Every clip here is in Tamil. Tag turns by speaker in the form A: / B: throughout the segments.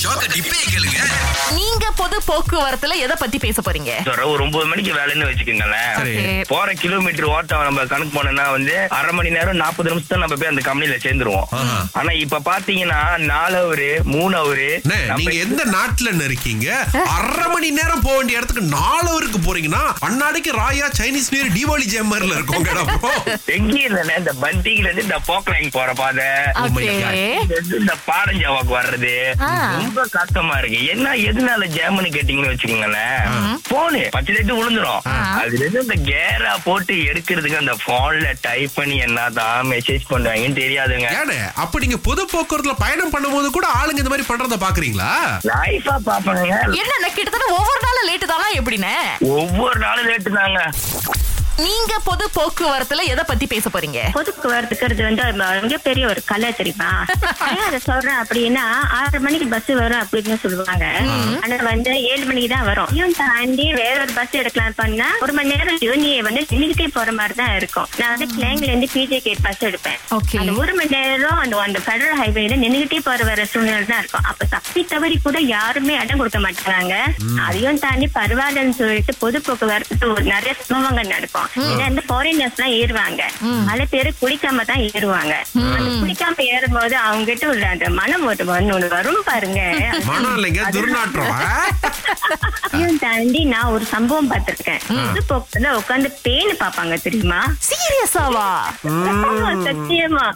A: ஷோக்க டிப்பே கேளுங்க
B: நீங்க பொது போக்குவரத்துல எதை பத்தி பேச போறீங்க
C: சொல்றேன் ஒரு ஒன்பது மணிக்கு வேலைன்னு வச்சுக்கோங்களேன்
A: சரி.
B: Okay.
C: போற கிலோமீட்டர் ஓட்டம் நம்ம கணக்கு போனோம்னா வந்து அரை மணி நேரம் நாற்பது நிமிஷத்துல நம்ம போய் அந்த கம்பெனில சேர்ந்துருவோம்
A: ஆஹா.
C: ஆனா இப்ப பாத்தீங்கன்னா நாலு அவரு மூணு அவரு
A: அண்ணே, நீங்க எந்த நாட்டுல அண்ணே இருக்கீங்க அரை மணி நேரம் போக வேண்டிய இடத்துக்கு நாலவருக்கு போறீங்கன்னா அன்னாடிக்கு Raya Chinese New Year Deepavali ஜேம்மர்ல இருக்கும் இடம் bro.
C: எங்கேயும் இல்லைண்ணே இந்த பந்திகில இருந்து இந்த போக்லைன் போற பாதை
A: Oh my
B: Okay.
C: இங்க இருந்து இந்த பாரஞ்சாவாக்கு வர்றது
B: ஆ.
C: ரொம்ப கஷ்டமா இருக்கு என்ன எதனால ஜாமுன்னு கேட்டீங்கன்னு வச்சுக்கோங்களேன் போனு பத்து லிட்டர் விழுந்துரும் அதுல இருந்து இந்த கேரா போட்டு எடுக்கிறதுக்கு அந்த போன்ல டைப் பண்ணி என்னதான் மெசேஜ் பண்ணுவாங்கன்னு தெரியாதுங்க
A: ஏண்ணே அப்ப நீங்க பொது போக்குவரத்துல பயணம் பண்ணும்போது கூட ஆளுங்க இந்த மாதிரி பண்றத பாக்குறீங்களா
C: லைஃபா பாப்பாங்க
B: என்னென்ன கிட்டத்தட்ட ஒவ்வொரு நாளும் லேட்டு தானா எப்படின்னு
C: ஒவ்வொரு நாளும் லேட்டு தாங்க
B: நீங்க பொது போக்குவரத்துல எதை பத்தி பேச போறீங்க
D: பொதுக்குவரத்துக்கிறது வந்து அது மிகப்பெரிய ஒரு கலை தெரியுமா ஏன் அதை சொல்றேன் அப்படின்னா ஆறு மணிக்கு பஸ் வரும் அப்படின்னு சொல்லுவாங்க ஆனா வந்து ஏழு மணிக்கு தான் வரும் இதையும் தாண்டி வேற ஒரு பஸ் எடுக்கலாம் பண்ணா ஒரு மணி நேரம் ஜேர்னி வந்து நின்றுக்கிட்டே போற மாதிரி தான் இருக்கும் நான் வந்து பிள்ளைங்கள இருந்து பிஜே கேட் பஸ் எடுப்பேன்
B: Okay.
D: அந்த ஒரு மணி நேரம் அந்த அந்த பெடரல் ஹைவேல நின்றுக்கிட்டே போற வர சூழ்நிலை தான் இருக்கும் அப்ப தப்பி தவறி கூட யாருமே இடம் கொடுக்க மாட்டாங்க அதையும் தாண்டி பரவாயில்லன்னு சொல்லிட்டு பொது போக்குவரத்து ஒரு நிறைய சம்பவங்கள் நடக்கும் ஏன்னா இந்த ஃபாரினர்ஸ் எல்லாம் ஏறுவாங்க பல பேர் குளிக்காம தான் ஏறுவாங்க அந்த குளிக்காம ஏறும்போது அவங்க கிட்ட உள்ள அந்த மனம் ஒரு மண் ஒண்ணு வரும் பாருங்க
A: மனம் இல்லைங்க துர்நாற்றம் ஆ?
D: அதையும் தாண்டி நான் ஒரு சம்பவம் பார்த்திருக்கேன் பொது போக்குல உட்காந்து பேனு பாப்பாங்க தெரியுமா
B: சீரியஸாவா
D: ஆமா, சத்தியமா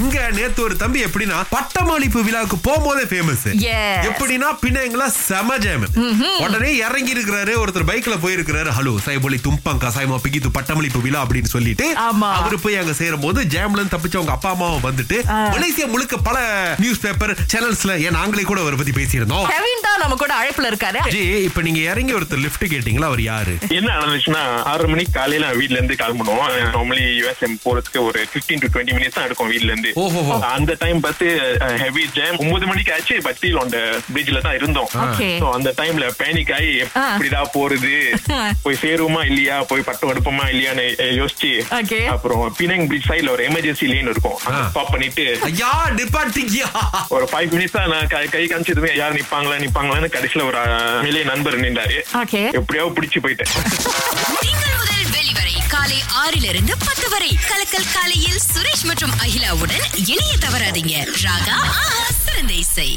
A: இங்க நேத்து ஒரு தம்பி எப்படின்னா பட்டமளிப்பு விழாவுக்கு போகும்போதே ஃபேமஸ்
B: Yes.
A: எப்படின்னா பின்னங்களா செம ஜாம் உடனே இறங்கி இருக்கிறாரு ஒருத்தர் பைக்ல போயிருக்கிறாரு ஹலோ சைபொலி தும்பம் கசாயமா பிகித்து பட்டமளிப்பு விழா அப்படின்னு சொல்லிட்டு
B: ஆமா.
A: அவரு போய் அங்க சேரும் போது ஜாம்ல இருந்து தப்பிச்சு அவங்க அப்பா அம்மாவும் வந்துட்டு மலேசியா முழுக்க பல நியூஸ் பேப்பர் சேனல்ஸ்ல ஏன் நாங்களே கூட அவரை பத்தி பேசியிருந்தோம்
B: கவின் தான் நம்ம கூட அழைப்புல இருக்காரு
A: ஜி இப்ப நீங்க இறங்கி ஒருத்தர் லிஃப்ட் கேட்டீங்களா அவர் யாரு
E: என்ன நடந்துச்சுன்னா ஆறு மணிக்கு காலையில நான் வீட்ல இருந்து கிளம்பணும் நார்மலி யூஎஸ்எம் போறதுக்கு ஒரு 15 டு டுவெண்ட்டி மினிட்ஸ் தான் எடுக்கும் வீட்ல இருந்து
A: ஓஹோஹோ.
E: அந்த டைம் பார்த்து ஹெவி ஜாம் ஒன்பது மணிக்கு ஆச்சு பத்தியில் அந்த பிரிட்ஜ்ல தான் இருந்தோம்
B: Okay.
E: So, அந்த டைம்ல பேனிக் ஆகி எப்படிதான் போறது போய் சேருமா இல்லையா போய் பட்டம் எடுப்போமா இல்லையான்னு அஹ், யோசிச்சு
B: Okay.
E: அப்புறம் பினங் பிரிட்ஜ் சைடுல ஒரு எமர்ஜென்சி லேன் இருக்கும்
A: ஆ.
E: ஸ்டாப் பண்ணிட்டு
A: ஐயா நிப்பாட்டிக்கியா
E: ஒரு ஃபைவ் மினிட்ஸா நான் கை கை காமிச்சதுமே யார் நிப்பாங்களா நிப்பாங்களான்னு கடைசியில ஒரு அஹ், இளைய நண்பர் நின்றாரு
B: ஓகே
E: எப்படியாவது பிடிச்சு போயிட்டேன்
F: திங்கள் முதல் வெளிவரை காலை ஆறிலிருந்து பத்து வரை கலக்கல் காலையில் சுரேஷ் மற்றும் அகிலாவுடன் இணைய தவறாதீங்க ராகா ஆஹா, சிறந்த இசை